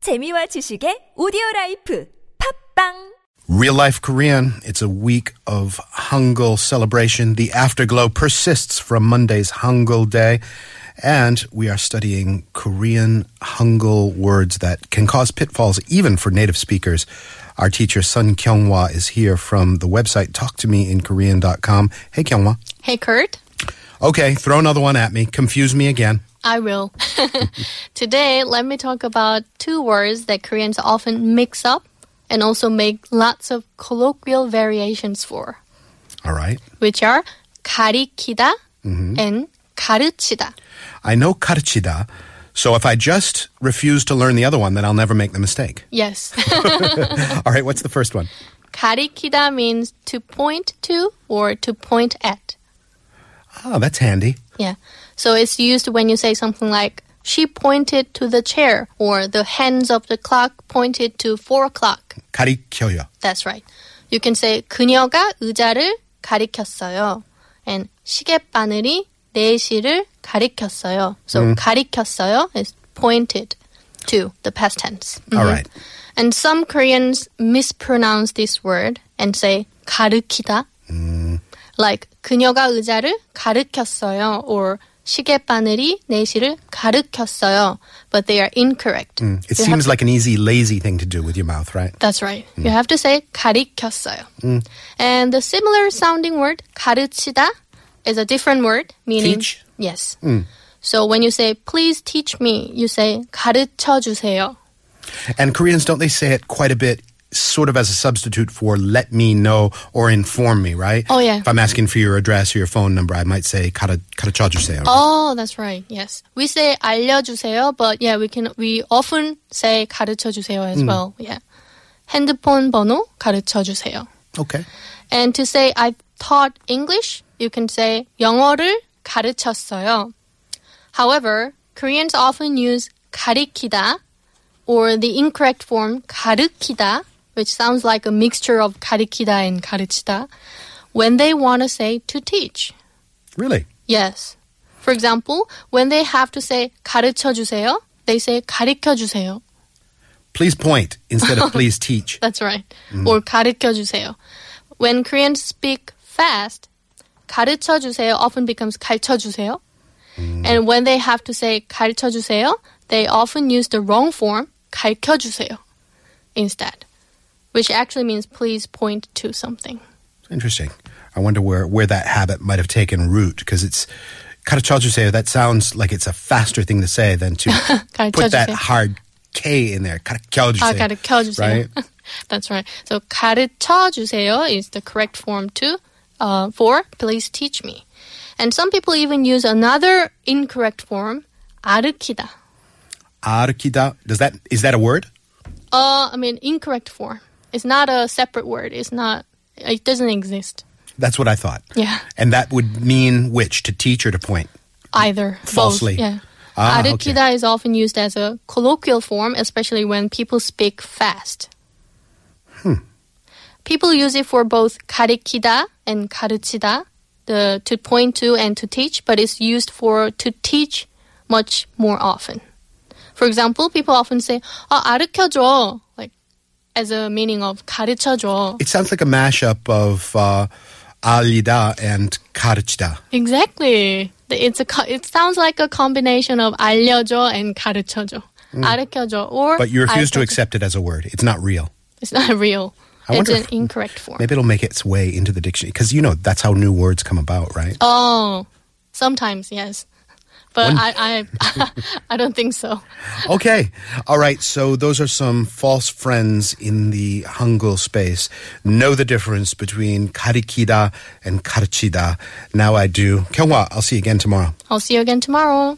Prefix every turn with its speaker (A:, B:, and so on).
A: 재미와 지식의 오디오 라이프 팝빵
B: Real Life Korean, it's a week of Hangul celebration. The afterglow persists from Monday's Hangul Day, and we are studying Korean Hangul words that can cause pitfalls even for native speakers. Our teacher Sun Kyunghwa is here from the website talktomeinkorean.com. Hey Kyunghwa.
C: Hey, Kurt.
B: Okay, throw another one at me. Confuse me again.
C: I will. Today, let me talk about two words that Koreans often mix up and also make lots of colloquial variations for,
B: All right.
C: which are 가리키다 and 가르치다.
B: I know karchida, so if I just refuse to learn the other one, then I'll never make the mistake.
C: Yes.
B: All right, what's the first one?
C: 가리키다 means to point to or to point at.
B: Oh, that's handy.
C: Yeah. So it's used when you say something like, she pointed to the chair or the hands of the clock pointed to four o'clock.
B: 가리켜요.
C: That's right. You can say 그녀가 의자를 가리켰어요. And 시계바늘이 4시를 가리켰어요. So
B: 음.
C: 가리켰어요 is pointed to the past tense. Mm-hmm.
B: All right.
C: And some Koreans mispronounce this word and say 가르키다.
B: 음.
C: Like 그녀가 의자를 가르켰어요 or 시계바늘이 4시를 가르켰어요. But they are incorrect.
B: It
C: You Mm. have
B: seems like an easy, lazy thing to do with your mouth, right?
C: That's right. You have to say 가리켰어요. And the similar sounding word 가르치다 is a different word meaning
B: Teach?
C: Yes. So when you say please teach me, you say 가르쳐 주세요.
B: And Koreans, don't they say it quite a bit, sort of as a substitute for let me know or inform me, right?
C: Oh, yeah.
B: If I'm asking for your address or your phone number, I might say, "가르- 가르쳐주세요.
C: Oh, that's right. Yes. We say 알려주세요, but yeah, we can we often say 가르쳐 주세요 as well. Yeah. 핸드폰 번호 가르쳐 주세요.
B: Okay.
C: And to say I taught English, you can say 영어를 가르쳤어요. However, Koreans often use 가리키다 or the incorrect form 가르키다, which sounds like a mixture of 가리키다 and 가르치다, when they want to say to teach.
B: Really?
C: Yes. For example, when they have to say 가르쳐 주세요, they say 가르쳐 주세요.
B: Please point instead of please teach.
C: That's right. Or 가르쳐 주세요. When Koreans speak fast, 가르쳐 주세요 often becomes 가르쳐 주세요. And when they have to say 가르쳐 주세요, they often use the wrong form 가르쳐 주세요 instead, which actually means please point to something.
B: Interesting. I wonder where, where that habit might have taken root because it's "가르쳐주세요." That sounds like it's a faster thing to say than to put that
C: 가르쳐주세요.
B: hard K in there. "가르쳐주세요,"
C: 아, 가르쳐 주세요.
B: Right?
C: That's right. So 가르쳐 주세요 is the correct form to uh, for please teach me. And some people even use another incorrect form, 아르키다.
B: Arkida. Does that is that a word?
C: Uh, I mean incorrect form. It's not a separate word. It's not. It doesn't exist.
B: That's what I thought.
C: Yeah.
B: And that would mean which to teach or to point.
C: either.
B: Falsely.
C: Both. Yeah.
B: Ah, okay.
C: Arikida is often used as a colloquial form, especially when people speak fast.
B: Hmm.
C: People use it for both karikida and karuchida, the to point to and to teach, but it's used for to teach much more often. For example, people often say, "아, 아르켜줘," like as a meaning of 가르쳐줘.
B: It sounds like a mashup of uh, alida and karchida.
C: Exactly. The- It's a co- it sounds like a combination of 알려줘 and 가르쳐줘. 가르쳐줘 or
B: But you refuse to
C: 알려줘.
B: accept it as a word. It's not real.
C: It's not real.
B: I
C: it's
B: wonder
C: an
B: if-
C: incorrect form.
B: Maybe it'll make its way into the dictionary because you know that's how new words come about, right?
C: Oh, sometimes yes, but I I I don't think so.
B: okay. All right. So those are some false friends in the Hangul space. Know the difference between karikida and karchida. Now I do. Kyungwa, I'll see you again tomorrow.
C: I'll see you again tomorrow.